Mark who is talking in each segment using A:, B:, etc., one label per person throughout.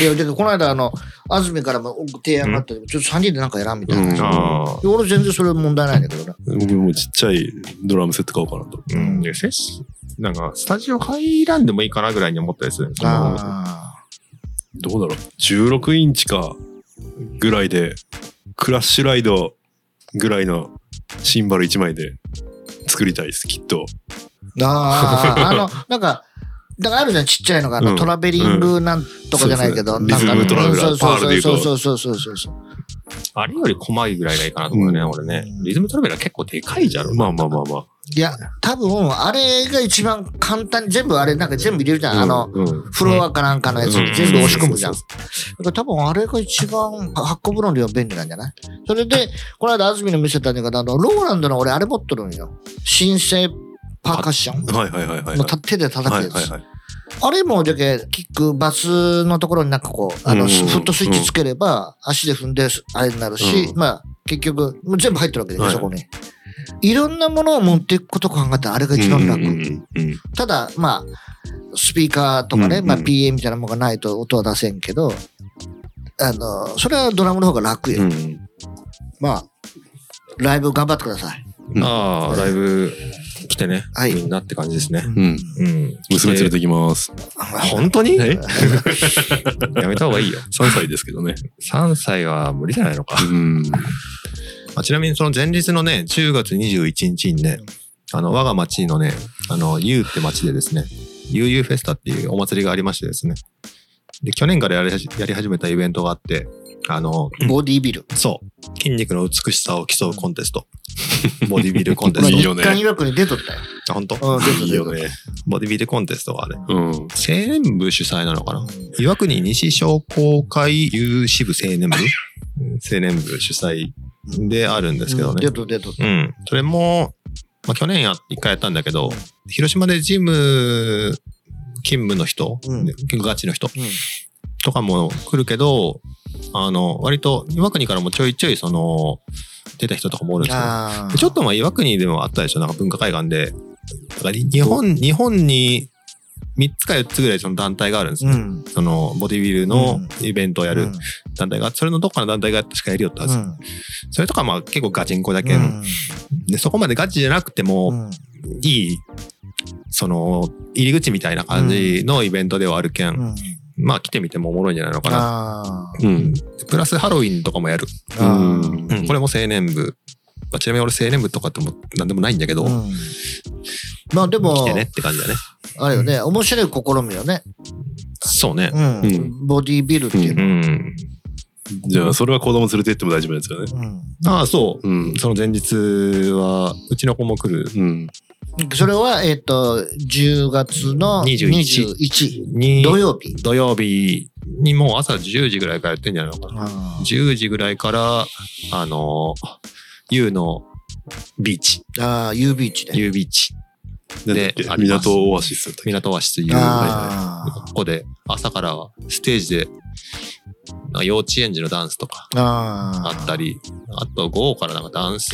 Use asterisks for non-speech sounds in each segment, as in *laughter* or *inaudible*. A: いや、でもこの間、あの、安住からも提案があったけど、ちょっと3人でなんかやらんみたいな。
B: うん
C: ああ。
A: 俺全然それ問題ないんだけどね。
B: 僕もうちっちゃいドラムセット買おうかなと。
C: うん。で、セッシなんか、スタジオ入らんでもいいかなぐらいに思ったりするんですよ
A: あ
B: どうだろう。16インチかぐらいで、クラッシュライドぐらいのシンバル1枚で作りたいです、きっと。
A: あ。ああ。あの、 *laughs* なんか、だからあるじゃん、ちっちゃいのが、あの
B: うん
A: トラベリングなんとかじゃないけど、
B: うん
A: なんか、
C: リズムトラ
B: ベラー
A: そうそうそう
B: パールで言うと
A: そうそうそうそうそう。
C: あれより細いぐらいがいいかなと思うね、
B: うん
C: 俺ね。リズムトラベラー結構でかいじゃろ。
B: まあまあまあま
A: いや、多分、あれが一番簡単に、全部あれ、なんか全部入れるじゃん。
B: あ。
A: あの、
B: うん、うん
A: フロアかなんかのやつ
C: うん
A: 全部押し込むじゃん。
B: そ
A: だから多分あれが一番発行ブロンドは便利なんじゃないそれで、この間安住の見せたんだけど、あの、ローランドの俺あれ持ってるんよ。新生パーカッション。
B: はいはいはいはい。
A: の手で叩
B: は
A: く
B: い
A: やつ。
B: はいはい。
A: あれも、じゃけ、キック、バスのところになんかこう、あの、
B: うんうんうん
A: フットスイッチつければ、足で踏んで、あれになるし、
B: うん
A: まあ、結局、もう全部入ってるわけで、
B: はい
A: そこに。いろんなものを持っていくことを考えたら、あれが一番楽。
B: うんうんうん
A: ただ、まあ、スピーカーとかね、
B: うんうん
A: まあ、PA みたいなものがないと音は出せんけど、あの、それはドラムの方が楽よ。
B: うんうん
A: まあ、ライブ頑張ってください。
C: ああ、だいぶ来てね。
A: はい
C: みんなって感じですね。
B: うん。
C: うん。
B: 娘連れてきます。
C: 本当に
B: え
C: *laughs* やめた方がいいよ。
B: 3歳ですけどね。
C: 3歳は無理じゃないのか。
B: うん。
C: まあ、ちなみにその前日のね、10月21日にね、あの、我が町のね、あの、ゆうって町でですね、ゆうゆうフェスタっていうお祭りがありましてですね、で、去年からやりはじやり始めたイベントがあって、あの、
A: ボディービル。
C: そう、筋肉の美しさを競うコンテスト。ボディビルコンテ
A: まあ
C: ス
B: いい
C: ト。
B: よね
A: 日韓予約に出とったよ。
C: あ本当
A: うん、出とった。
B: いいよね。
C: ボディビルコンテストはね、
B: うん。
C: 青年部主催なのかな
A: うん
C: 岩国西商工会有志部青
A: *laughs*
C: 年部青年部主催であるんですけど
A: うん
C: ね
A: 出。とった出とった。
C: うん。それも、まあ、去年や、一回やったんだけど、広島でジム勤務の人、
A: うん
C: 結構ガチの人
A: うん
C: とかも来るけど、あの、割と岩国からもちょいちょいその、出た人とかもおるんですけど、
A: ああ。
C: でちょっとまあ岩国でもあったでしょ、なんか文化会館で。だから日本、日本に3つか4つぐらいその団体があるんです
A: う
C: よ。
A: ん。
C: そのボディビルのイベントをや
A: う
C: る
A: ん
C: 団体が、それのどっかの団体が確かやりよったんですよ。
A: う
C: それとかまあ結構ガチンコだけん、
A: ん
C: で、そこまでガチじゃなくて
A: う
C: も、
A: ん
C: いい、その、入り口みたいな感じのイベントではあるけん、
A: うん
C: まあ来てみてもおもろいんじゃないのかな。
A: あー
B: うん。
C: プラスハロウィンとかもやる。
A: あー。
B: うん
C: これも青年部。まあちなみに俺青年部とかってもなんでもないんだけど、
A: うんまあで
C: 来
A: も
C: て、ねって感じだね。
A: あれよね、面白い試みよね。
C: そうね。
A: うん
B: うん
A: ボディービルっていう
C: う
A: の。
C: ん。
B: じゃあ、それは子供連れて行っても大丈夫なやつよね。
A: うん
C: ああ、そう
B: う。ん。
C: その前日は、うちの子も来る。
B: うん。
A: それは、えっと、10月の
C: 21
A: 21
C: に
A: 土曜日。
C: 土曜日にもう朝10時ぐらいからやってんじゃないのかな。
A: あー
C: 10時ぐらいから、あの、U のビーチ、
A: あー、U ビーチで。
C: U ビーチ、
B: で
C: であ、ります
B: 港オアシスだったっけ
C: 港和室 U、
A: あー
C: ここで朝からはステージで、なんか幼稚園児のダンスとか
A: あ
C: あ
A: ー
C: った。り、あと午後からなんかダンス、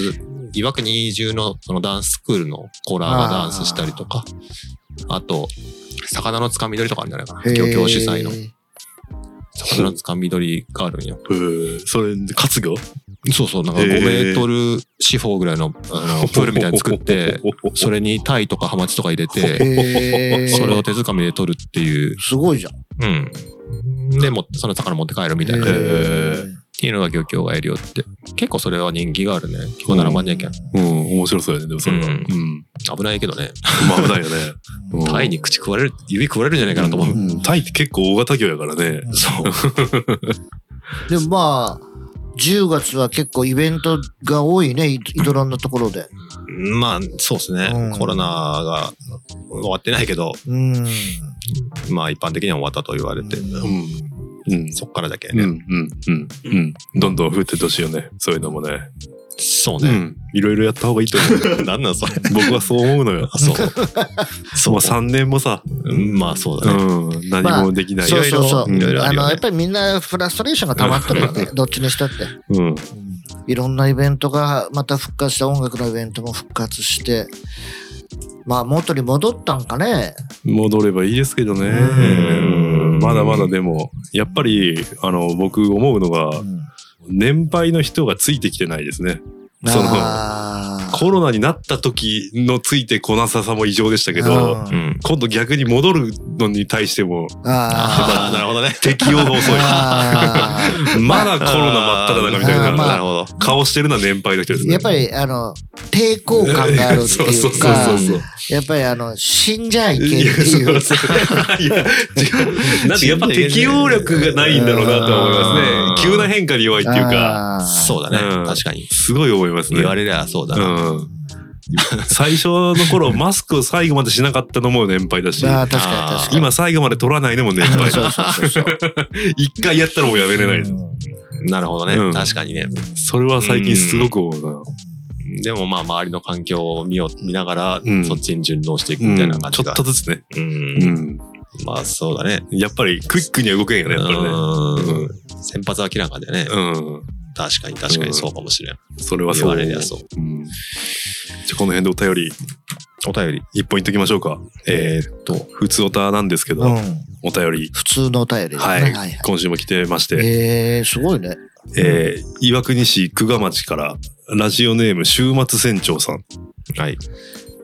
C: 岩国中のそのダンススクールのコーラーがダンスしたりとか、あと、魚のつかみ取りとかあるんじゃないかな。
A: へー
C: 漁協主催の。魚のつかみ取りがあるんよ。
B: へーそれ、活魚
C: そうそう、なんか5
B: へー
C: メートル四方ぐらいのあのプールみたいに作って、、それにタイとかハマチとか入れて、
A: へー
C: それを手づかみで取るっていう。
A: すごいじゃん。
C: うん。で、もその魚持って帰るみたいな。
A: へ
C: っ
A: ー
C: ていうのが漁協がやるよって。結構それは人気があるね。結構並ばんにゃいけん。
B: うん、面白そうやね、でもそれは。
C: う
B: うんん。
C: 危ないけどね。
B: まあ、危ないよね。うん
C: タイに口食われる、指食われるんじゃないかなと思う。
A: うん
B: タイって結構大型魚やからね。
A: そう。 *laughs* でもまあ、10月は結構イベントが多いね、イイドランのところで。
C: まあ、そうですね。
A: うん
C: コロナが終わってないけど、
A: うん。
C: まあ一般的には終わったと言われて、
A: うん
B: うん。うん。
C: そっからだけ
B: うん、
C: ね。
B: うん、うん、うん。どんどん増えてってほしいよね。そういうのもね。
C: そう
B: う
C: ね。
B: ん。いろいろやった方がいい
C: *laughs*
B: と思う。
C: なんなんそれ。
B: 僕はそう思うのよ。
C: あ、そう。
B: そう、3年もさ、
C: うんまあそう
B: う
C: だね。
B: ん、何もできない
A: そ
B: よ
A: う。そうそう。
B: いろい
C: ろあ
A: あ
C: るよね
A: の、やっぱりみんなフラストレーションが溜まってるよ
C: *laughs*
A: ね。どっちにしたって。
B: うん。
A: いろんなイベントがまた復活した音楽のイベントも復活して。まあ元に戻ったんかね。
B: 戻ればいいですけどね。
A: うん
C: うん
B: まだまだでも、やっぱり、あの、僕思うのが、年配の人がついてきてないですね。その
A: あー
B: コロナになった時のついてこなささも異常でしたけど、
A: あー
C: うん。
B: 今度逆に戻るのに対しても
A: あ
C: あーなるほどね。
B: 適応が遅
A: *laughs* あー
B: い。まだコロナ真っ只中みたい
A: あー
B: な
A: まあ
C: なるほど。
B: 顔してるのは年配の人ですね。
A: やっぱりあの抵抗感があるって
B: そ
A: いう
B: うそ
A: う
B: そう
A: か
B: そうそう。
A: やっぱりあの死んじゃいけんって
B: いや、
A: いう
B: そうそう。いや、違う。なんでやっぱ適応力がないんだろうなと思いますね。
C: うん
B: 急な変化に弱いっていうか、
A: あー
C: そうだね
B: うん。
C: 確かに。
B: すごい思いますね
C: 言。われりゃそうだ
B: う
C: な。
B: ん。最初の頃、マスクを最後までしなかったのも年配だし、
A: まあ確かに確かに
B: 今最後まで取らないのも年配
A: そ
B: だ
A: う
B: し、
A: そうそうそう
B: 一回やったらもうやめれないです。
C: なるほど
B: うん
C: ね。確かにね。
B: それは最近すごく思うな。
C: でもまあ周りの環境を見よ見ながら、
B: うん
C: そっちに順応していく
B: うん
C: み
B: ち
C: たいな感じ
B: ょ
C: が。
B: っとずつね。
C: うん、
B: うん。
C: まあそうだね。
B: やっぱりクイックには動けんよね、やっぱりね。
C: うん先発明らかでね。
B: うん。
C: 確かに確かにそうかもしれん。
B: それは
C: 言
B: そう。
C: われりゃそう。
B: うんじゃあこの辺でお便り
C: お便り。
B: 一本いっときましょうか。えー、っと、普通おたなんですけど、
A: うん
B: お便り、
A: 普通のお便りですね
B: はい、
A: はいはい
B: 今週も来てまして、
A: えー、すごいね
B: えー岩国市久我町から、ラジオネーム週末船長さん。
C: はい。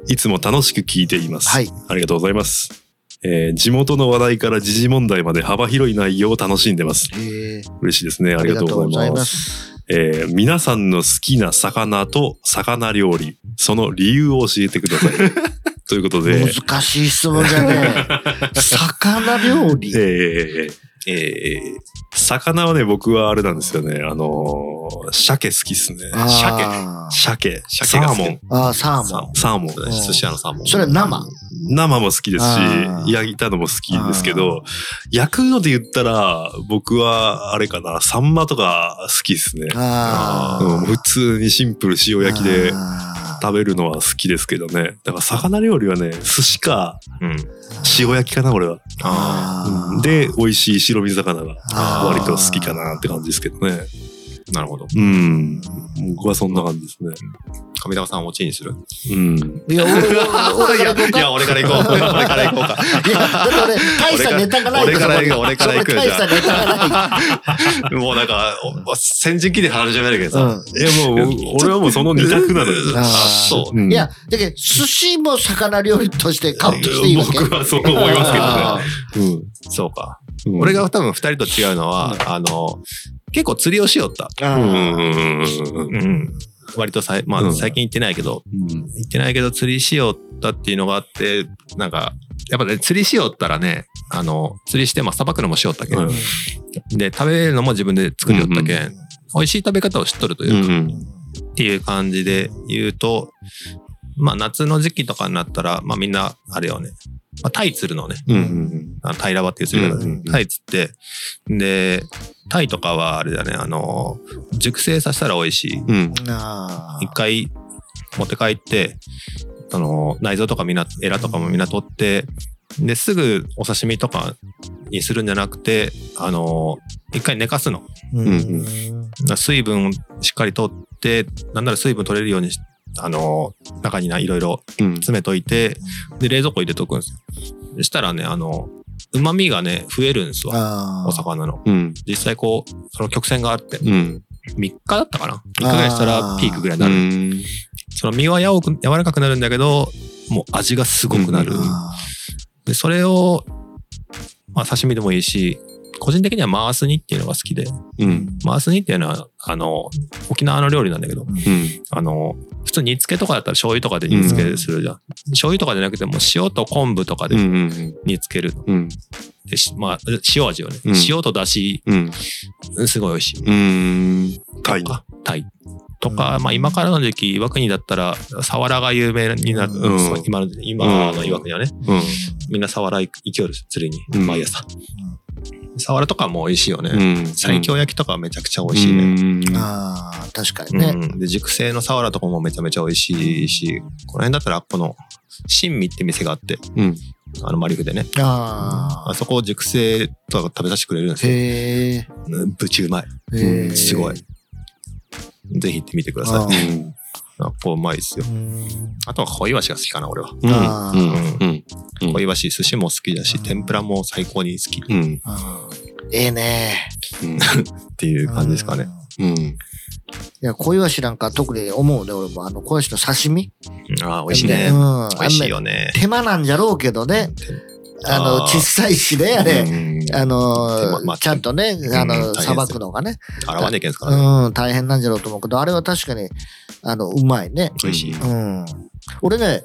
B: いつも楽しく聞いています。
A: はい
B: ありがとうございます。えー地元の話題から時事問題まで幅広い内容を楽しんでます。
A: えー
B: 嬉しいですね。ありがとうございます。
A: す
B: えー皆さんの好きな魚と魚料理、その理由を教えてください。
A: *laughs*
B: ということで、
A: 難しい質問じゃねえ
B: *laughs*
A: 魚料理、
B: えー
C: ええ
B: 魚はね、僕はあれなんですよね。あのー鮭好きっすね。
A: あー
B: 鮭。鮭。
C: 鮭が好き
B: サーモン。
A: あーサーモン
B: サーモン。
C: そうだね寿司屋のサーモン。
A: それは生
B: 生も好きです
A: あ
B: し、
A: ー
B: 焼いたのも好きですけど、焼くので言ったら、僕はあれかな、サンマとか好きですね。
A: あー
B: うん普通にシンプル塩焼きで
A: あー
B: 食べるのは好きですけどね。だから魚料理はね、寿司か
C: うん。
B: 塩焼きかな、俺は。
C: あ
A: あー
B: で、美味しい白身魚が
A: あー
B: 割と好きかなって感じですけどね。
C: あ、なるほど。
B: うん。僕はそんな感じですね。
C: 上田さんをオチにする
B: うん。
A: いや俺俺俺からどう
C: い
A: か
C: や、
A: *laughs*
C: 俺から行こう。俺から行こうか。
A: いやだって俺大したネタがない
C: 俺から
A: そこに
C: 俺から行く
A: そこに
C: じゃあ
A: 大したネタがない
C: もうなんか、お先人気で話し始めるけどさ。
A: うん
B: いや、もう、俺はもうその二択なのよ。
A: あー
C: あ、そう。
B: うん
A: いや、だけど寿司も魚料理としてカウントしていいわけ
B: 僕はそう思いますけど
A: あ
B: ね。
C: そうか。
B: うん
C: 俺、が多分二人と違うのは、あの、結構釣りをしよった。
A: ー
B: うんう
A: あー
B: んうんうん
C: うん。割とさい、ま
B: うん
C: あ、最近行ってないけど、
B: うん。
C: 行ってないけど釣りしよったっていうのがあって、なんか、やっぱね、釣りしよったらね、あの、釣りして、まあ、さばくのもしよったけ、
B: うん
C: ん、で、食べるのも自分で作りよったけん、美味しい食べ方を知っとるという
B: う
C: か、
B: ん
C: っていう感じで言うと、まあ、夏の時期とかになったら、まあ、みんな、あれよね、まあ、タイ釣るのね。
B: うんうん
C: あのタイラバっていう釣り方で、
A: うん
C: タイ釣って、で、タイとかはあれだね、あの、熟成させたら美味しい。
B: うん
A: あー
C: 一回持って帰って、あの、内臓とかみんな、エラとかもみんな取って、で、すぐお刺身とかにするんじゃなくて、あの、一回寝かすの。
A: うん
B: うん
C: だから水分をしっかり取って、なんなら水分取れるようにし、あの、中にないろいろ
B: うん
C: 詰めといて、で、冷蔵庫入れとくんですよ。そしたらね、あの、旨味がね、増えるんですわ。
A: あー
C: お魚の。
B: うん
C: 実際こう、その曲線があって、
B: うん
C: 3日だったかな ?3 日ぐらいしたらピークぐらいにな
B: う
C: る。
B: ん
C: その身はやおく柔らかくなるんだけど、もう味がすごくなる。
B: うん
A: あ
C: で、それを、まあ刺身でもいいし、個人的には回す煮っていうのが好きで、
B: う
A: ー
B: ん
C: 回す煮っていうのは、あの、沖縄の料理なんだけど、
B: うん
C: あの、普通煮付けとかだったら醤油とかで煮付けするじゃん。醤油とかじゃなくても塩と昆布とか
B: う
C: で
B: ん
C: 煮付ける。
B: うん
C: でしまあ、塩味をね、
B: うん
C: 塩とだし、
B: うん
C: すごい美味しい。
B: うんタイ
C: と
B: の
C: か、タイ。とか、
A: うん
C: まあ今からの時期、岩国だったら、サワラが有名になる。
A: うん
C: そう今の、今の岩国はね、
B: うん
C: みんなサワラ行きよるし、釣りに、
B: うん
C: 毎朝。サワラとかも美味しいよね。
B: うん
C: 西京焼きとかめちゃくちゃ美味しいね。
B: うん
A: あー確かにね、
C: うん、で熟成のサワラとかもめちゃめちゃ美味しいしこの辺だったらこの新味って店があって
B: うん
C: あのマリフでね
A: あ
C: あそこを熟成とか食べさせてくれるんで
A: ー
C: すよ
A: へえ
C: うんぶちうまい、
A: へー
C: すごいぜひ行ってみてくださ
A: あ
C: い
A: ー
C: あこううまいですよ
A: うん
C: あとは小イワシが好きかな俺は
B: うん
A: あー
B: うんうんうん
C: 小岩市寿司も好きだし、
A: うん
C: 天ぷらも最高に好きっ
B: うん。
A: うんええね
C: ていう感じですかね。
A: うん
B: うん。
A: いや、小石なんか特に思うね、俺も。あの、小石の刺身
C: ああ、美味しいね
A: う。ん。
C: 美味しい
A: あん
C: よね
A: ま。手間なんじゃろうけどね。あの、
C: あー
A: 小さいしね、あ
B: う
A: れ。
B: ん
A: あの
C: ままあ
A: ちゃんとね、あ
C: う
A: の、
C: ん大変
A: さばくのがね。
C: 洗わなきゃいけないですからね。
A: うん、大変なんじゃろうと思うけど、あれは確かに、あの、うまいね。
C: 美味しい。
A: うん。俺ね、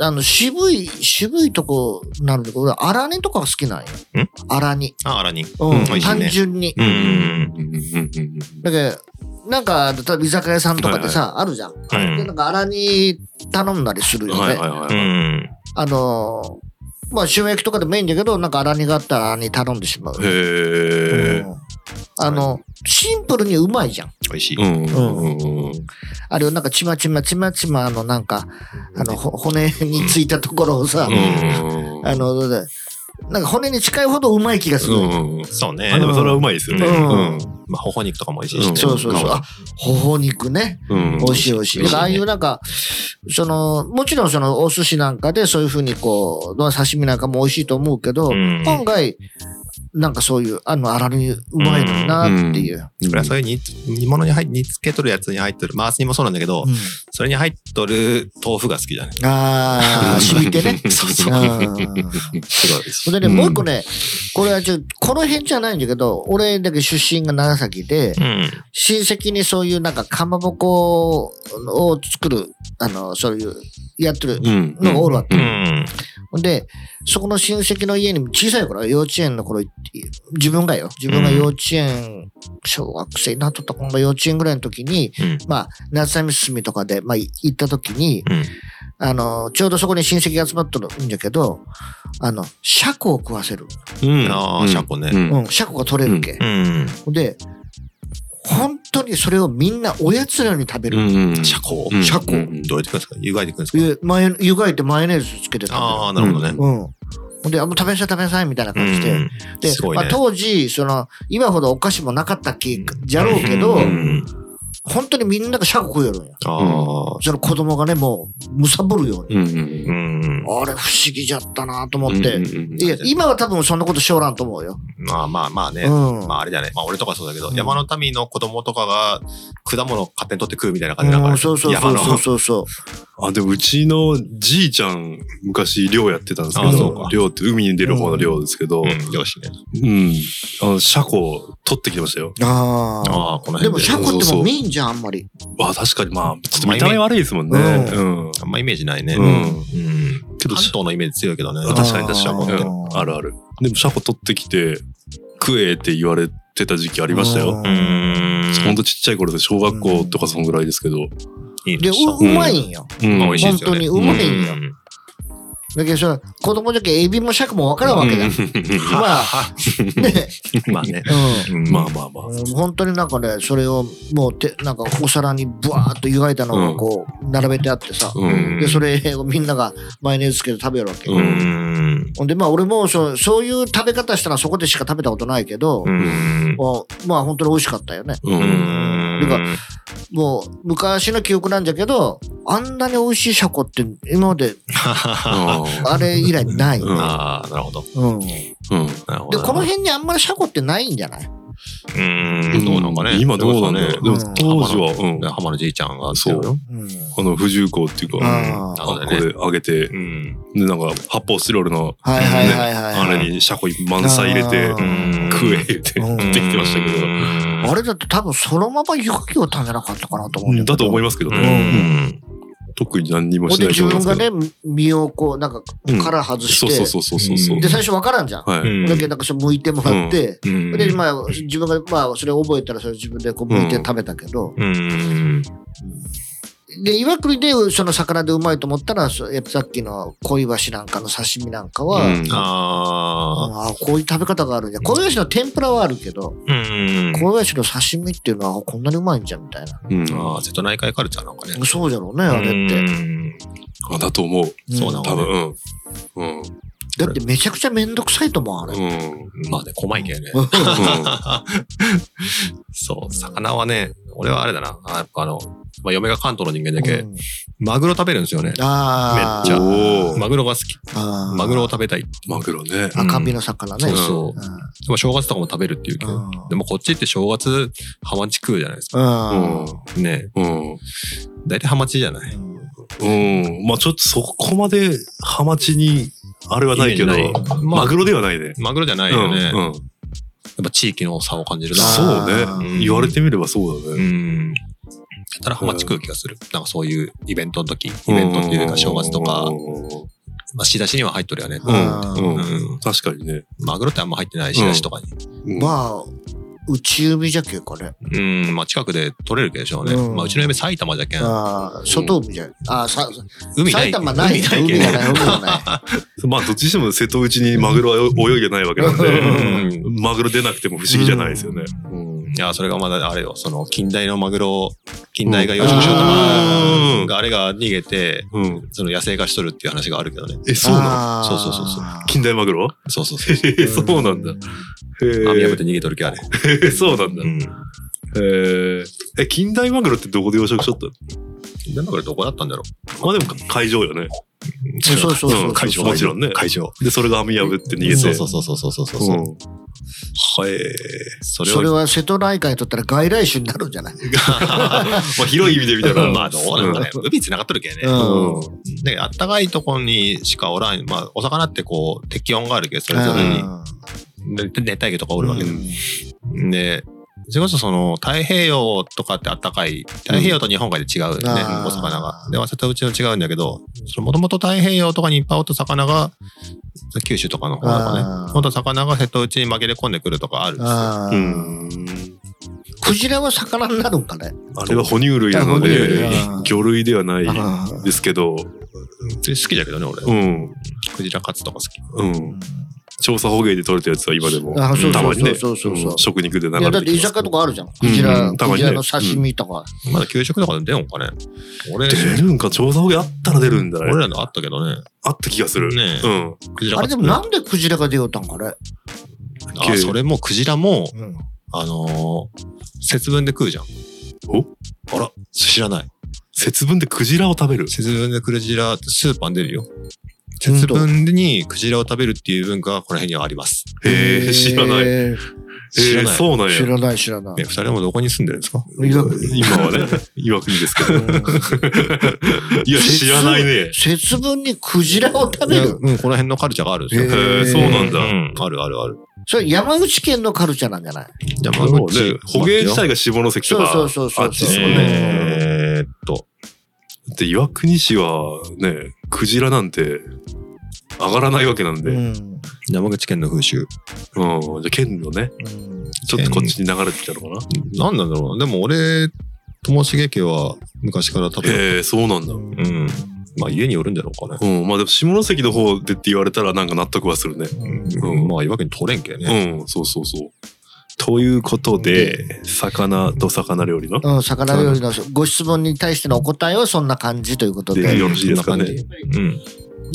A: あの、渋い、渋いとこなるんだけど、俺、荒煮とかが好きなんよ。
C: ん
A: 荒煮。
C: あ、洗に。
A: うん、
C: 美味しい
A: 単
C: ね。
A: 純に。
C: うん
B: うんうん
A: だけど、なんか、例えば居酒屋さんとかでさ、あるじゃん。
C: はいはい
A: で、なんか荒煮頼んだりするよね。
B: はいはいは
C: う
B: い。
C: ん。
A: あのーまあ、塩焼きとかでもいいんだけど、なんか荒煮があったら荒煮頼んでしまう。
B: へえ。
A: うんあの、シンプルにうまいじゃん。
C: 美味しい。
B: うんうんうんうん。
A: あれをなんかちまちまちまちま、あの、なんか、あの、ほ骨についたところをさ、
B: うん
A: あの、なんか骨に近いほどうまい気がする。
B: うんうん
C: そうね
B: あ。でもそれはうまいですよね。
A: うん
C: まあ、頬肉とかも美味しいし
B: ん
C: ね。
A: そうそうそう。あ、頬肉ね。
B: うん。
A: 美味しい美味しい。
C: 美味
A: だか
C: しいね
A: らああいうなんか、その、もちろんそのお寿司なんかでそういうふうにこう、刺身なんかも美味しいと思うけど、
C: うん
A: 今回、なんかそういう、あの、あらにうまいのなっていう。
C: それはそういう煮煮物に入っ煮つけとるやつに入っとる、回すにもそうなんだけど、
A: うん
C: それに入っとる豆腐が好きだね。
A: ああ、染みてね。
C: *laughs* そう
A: う。
C: そうんすごい美味しい。
A: でね、
B: うん
A: もう一個ね、これはちょ、この辺じゃないんだけど、俺だけ出身が長崎で、
C: うん。
A: 親戚にそういうなんかかまぼこを作る、あの、そういう、やってる
B: うん。
A: のがおるわけ。
C: うん。
A: ほんで、そこの親戚の家に小さい頃、幼稚園の頃、自分がよ、自分が幼稚園、小学生になっとった今度幼稚園ぐらいの時に、
C: うん
A: まあ、夏休み住みとかで、まあ、い行った時に、
C: うん
A: あの、ちょうどそこに親戚が集まっとるんだけど、あの、シャコを食わせる。
B: うん。
C: ああ、シャコね。
B: うん。
A: うん、シャコが取れるけ。
C: うん。
A: ほんで、本当にそれをみんなおやつのように食べる。
B: うん。
C: シャコ
B: うん
A: シャコ
B: うん
C: どうやってくんですか湯がいてくんですか
A: えマヨ湯がいてマヨネーズつけて食べる。
C: ああ、なるほどね。
A: うん。ほんで、あもう食べなさい食べなさいみたいな感じで。
C: うん
A: で、
C: すごい
A: ま
C: ね
A: あ、当時、その、今ほどお菓子もなかったっけじゃろうけど、
C: うん
A: 本当にみんながシャコ食うよるんよ。
C: ああ、
A: その子供がね、もう、むさぼるように。
B: うん。
C: うん。
A: あれ、不思議じゃったなと思って。
B: うん
A: いや、今は多分そんなことしようらんと思うよ。
C: まあまあまあ
A: う
C: ね。
A: ん。
C: まああれだね。まあ俺とかそうだけど、
A: うん
C: 山の民の子供とかが果物を勝手に取って食うみたいな感じだか
A: うん
C: ら。
A: そうそう
C: 山
A: そう
C: の
A: そうそうそう。
B: あ、でもうちのじいちゃん、昔漁やってたんですけ
A: あそう
B: ど
C: か、
B: 漁って海に出る方の漁ですけど、う
C: うん、漁師ね。
B: ん。あの、シャコ取ってきてましたよ。
A: ああ。
C: ああ、この
A: で
C: 辺
A: も、シャコってもう見んじゃん、あんまり。
B: あ、確かに、まあ、ちょっと見た目悪いですもんね。
A: う
B: うん。
C: あんまイメージないね。
B: うん
C: うん。
B: けど
C: 関東のイメージ強いけどね。
B: あ確かに確
C: シャコ
B: か
C: っ
B: に。
C: て。
B: うんあるある。でも、シャコ取ってきて、食えって言われてた時期ありましたよ。
A: う
C: うんん。
B: ほんとちっちゃい頃で小学校とかそんぐらいですけど。
C: いい
A: で、
C: ね
A: う
C: シャコ
A: うまいんよ。
B: うん。
C: まあ美味しいですよね。
A: 本当にうまいんよ
C: うん
A: だけどさ、子供じゃけエビもシャコもわからんわけだよ。
B: う
A: まあ、 *laughs* ね。
C: まあね。
A: うん。
B: んまあまあまあ。
A: うん本当になんかねそれをもうてなんかお皿にブワーッと湯がいたの
B: う
A: を
B: ん
A: こう並べてあってさ、
B: うん。
A: でそれをみんながマヨネーズつけて食べるわけ、
B: うん
C: うん。
A: ほんでまあ俺もそうそういう食べ方したらそこでしか食べたことないけど、
C: うん。
A: もうまあ本当に美味しかったよね
B: う。
C: うんん
A: てかもう昔の記憶なんだけどあんなに美味しいシャコって今まであれ以来ない、
B: うん
C: ああ、なるほど。
A: うんで
B: うん。
C: なるほど。
A: この辺にあんまりシャコってないんじゃないう
C: ーん、どうなんかね。
B: 今どうなんだろう。で
A: う
B: も
A: ん
B: 当時は、うん。
C: ね浜のじいちゃんが、
B: そう
C: よ。
A: うん
B: あの、不重工っていう
A: うん
B: か、
A: あ
B: あ
C: そうだ
B: こ
C: ね
B: れあげて、で、
C: うん。
B: なんか、発泡スチロールの、
A: はいはいはいはい、
B: あれにシャコ満載入れて
A: あ、ー
B: 食えって
A: う
B: 言
A: ん
B: ってきてましたけど
A: あれだって多分そのまま湯かきをたんじゃなかったかなと思う
B: うんん。だと思い
A: ま
B: ますけど
C: う
B: ね。
C: ん。
B: 特に何にもし
A: で
B: ない
A: 自
B: と思いま
A: 分
B: す
A: が
B: けど。
A: ね、身をこう、なんか
B: うん、
A: 殻外して、
B: そうそうそうそうそうそう
A: で、。最初わからんじゃん。
B: はい。
C: うん
A: だけど、なんかそう剥いてもらって、
C: うん
A: で、まあ、自分が、まあ、それを覚えたら、それを自分でこう剥いて食べたけど、
C: うん。
A: で、岩国でその魚でうまいと思ったら、そうやっぱさっきの小イワシなんかの刺身なんかは、
B: うん
C: ああ。
A: ああ、こういう食べ方があるんじゃ。小イワシの天ぷらはあるけど、
C: うん。
A: 小イワシの刺身っていうのはこんなにうまいんじゃみたいな。
B: うん
C: ああ、瀬戸内海カルチャーなんかね。
A: そうじゃろうね、あれって。
B: あだと思う。
A: ん
C: そうなの
B: 多分、うん。
A: だってめちゃくちゃめんどくさいと思う、あれ
B: う。ん。うん。
C: まあね、細いけどね。そう、魚はね、俺はあれだな。あやっぱあの、まあ、嫁が関東の人間だけ、
A: うん
C: マグロ食べるんですよね。
A: ああ。
C: めっちゃ
B: おー
C: マグロが好き。
A: あー
C: マグロを食べたい。
B: マグロね。
C: うん
A: 赤身の魚ね。
C: そうそう。
A: ん
C: でも正月とかも食べるっていうけど。でもこっちって正月、ハマチ食うじゃないですか。
A: うん。
C: ね
B: うん。
C: 大体ハマチじゃない。
B: うん。まあちょっとそこまでハマチに、あれはないけど
C: イメージない、まあ
B: マグロではないね。
C: マグロじゃないよね。
B: う
C: やっ
B: ん。うん
C: ぱ地域の差を感じるな。
B: そう
A: あ
B: ね。
A: ー
B: 言われてみればそうだ
C: う
B: ね。
C: ん。だったらハマチ食う気がする。なんかそういうイベントの時、イベントっていうか正月とか
B: う、ん
C: まあ仕出しには入っとるよね。
A: うん
B: うん。
C: う
B: うん
C: ん。
B: 確かにね。
C: マグロってあんま入ってない仕出しとかに。
B: うん
A: まあ、内海じゃけんかね。
C: うん。まあ近くで取れるけでしょうね。
A: うん
C: まあうちの嫁埼玉じゃけん。
A: ああ、外海じゃん。ああ、さ
C: 海ない。
A: 埼玉ない。
C: 海ない
A: 海
C: け
A: が
C: ん *laughs*
A: ない。海がない。
B: まあどっちにしても瀬戸内にマグロは泳いでないわけなんで、
C: う
B: マグロ出なくても不思議じゃないですよね。
C: うんいや、それがまだあれよ、その近代のマグロ、近代が養殖しようと
B: う
C: か
B: ん、
C: があれが逃げて、
B: うん。
C: その野生化しとるっていう話があるけどね。
B: え、そうなの
A: あー
C: そうそうそうそう
B: 近代マグロ
C: そうそうそ
B: へ *laughs* え、そうなんだ。へ
C: う。網破って
B: え
C: 逃げとるけあれ。、
B: へえそうなんだ。
C: うん。
B: へえ。え、近代マグロってどこで養殖しとったの
C: 近代マグロどこだったんだろ
B: まあでも海上よね。
C: う。
A: そうそうそうそう。
B: ん会場もちろんね
C: 会場。
B: で、それが網破って逃げて。
C: そうそうそうそうそうそうそう。
B: うんはえ
C: それ
A: それ
C: を、
A: は瀬戸内海にとったら外来種になるんじゃない
B: まあ広い意味で見たら。
C: まあどうなんだね。海繋がっとるけね。
A: うん
C: だけどあったかいとこにしかおらん。まあお魚ってこう、適温があるけど、それぞれに。で熱帯魚とかおるわけで
A: うん
C: で、それこそその太平洋とかってあったかい、太平洋と日本海で違うね、
A: あー
C: お魚が。で、瀬戸内の違うんだけど、もともと太平洋とかにいっぱいおった魚が、九州とかの方とか
A: あー
C: ね、おった魚が瀬戸内に紛れ込んでくるとかあるんですよ。
A: あ
B: う
A: ー
B: ん。
A: クジラは魚になるんかね。
B: あれは哺乳類なの
A: 哺乳
B: で
A: 類うん、
B: 魚類ではない
A: あー
B: ですけど、
C: で好きだけどね、俺。
B: うん。
C: クジラカツとか好き。
B: うん。調査捕鯨で取れたやつは今でも、
A: あそうそうそう
B: たまにね、
A: そうそうそう
B: うん食肉で流
A: いや、だ
B: れ
A: ってて
B: き
A: 居
B: ます
A: 酒
B: け
A: 屋
B: ど
A: とかあるじゃん。クジラ、
B: うんたま
A: ク
B: に
A: ジ
B: ね
A: ラの刺身とか。
C: まだ給食とかで出んのかね。俺、
B: 出るんか、調査捕鯨あったら出るんだ
C: 俺
B: ね。
C: らのあったけどね。
B: あった気がする。
C: ねえ
B: うん。
C: クジラ
A: あ
C: カ
A: れ
C: ツ
A: でもなんでクジラが出ようたんかね。
C: あそれもクジラも、
A: うん
C: あのー節分で食うじゃん。
B: お
C: あら、知らない。
B: 節分でクジラを食べる。
C: 節分でクジラってスーパーに出るよ。
A: うん
C: 節分にクジラを食べるっていう文化がこの辺にはあります。
B: へえ、知らない。
A: へ
B: へ
A: ー
C: 知ら
B: え、
C: ない。
B: そうなんや
A: 知。らない、知らない
C: ね、。二人ともどこに住んでるんですか
A: いわ
B: 今はね、 *laughs* 岩国ですけど。
A: うん
B: いや、知らないね。
A: 節分にクジラを食べ
C: ね
A: る。
C: うん、この辺のカルチャーがあるんですよ。
A: へ
B: へえ、そうなん
C: う
B: だ。
C: ん、あるあるある。
A: それ山口県のカルチャーなんじゃない
C: 山
B: そう
C: 口
B: ね、捕鯨自体が下関
A: そ
B: と
A: うそ
B: か
A: う、そうそ
B: あ
A: う。
B: っちですもんね。
C: えーっと、
B: だって岩国市はね、クジラなんて上がらないわけなんで、
A: う
B: うんん、
C: 山口県の風習。
B: じゃあ県のね、
A: うん
B: ちょっとこっちに流れてきたのかな。
C: なんなんだろうな。でも俺、ともしげ家は昔から食べる。
B: へえ、そうなんだ。
C: うん。まあ家によるんじゃろうかね。
B: うん、まあでも下関の方でって言われたらなんか納得はするね。
C: うんまあいわけに取れんけね。
B: うん、そうそうそう。ということで、魚と魚料理の
A: うん、魚料理のご質問に対してのお答えはそんな感じということ
B: で
A: で、
B: よろしいですかね
C: そんな感じうん。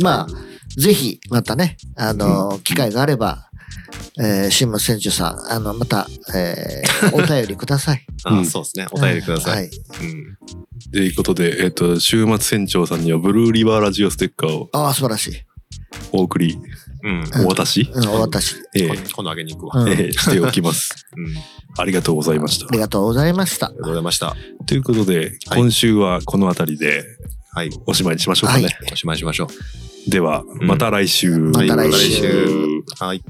A: まあ、ぜひまたね、あの、機会があれば、えー、新松船長さん、あの、また、え
C: *laughs*
A: ー、お便りください。
B: う
C: あ
B: ん
C: そうですね。お便りください。
A: はい。
C: うん。
B: ということで、えっ、と、週末船長さんにはブルーリバーラジオステッカーを
A: ああ、素晴らしい。
B: お送り、
C: うん。
A: ん
B: お渡し、
A: うん、私、
B: ええ
C: 今度あげに行くわ。
A: う
C: うんん。
B: ええしてお
C: *laughs*
B: きます。ありがとうございました
A: あ。りがとうございました
C: あり。がとうございました。
B: ということで、
C: はい
B: 今週はこの辺りで
C: はい。
B: おしまいにしましょうかね。
A: はい
C: おしまいしましょ
B: では、
C: うん
B: また来週。
A: また来
C: 週
B: また来週
C: う。はい。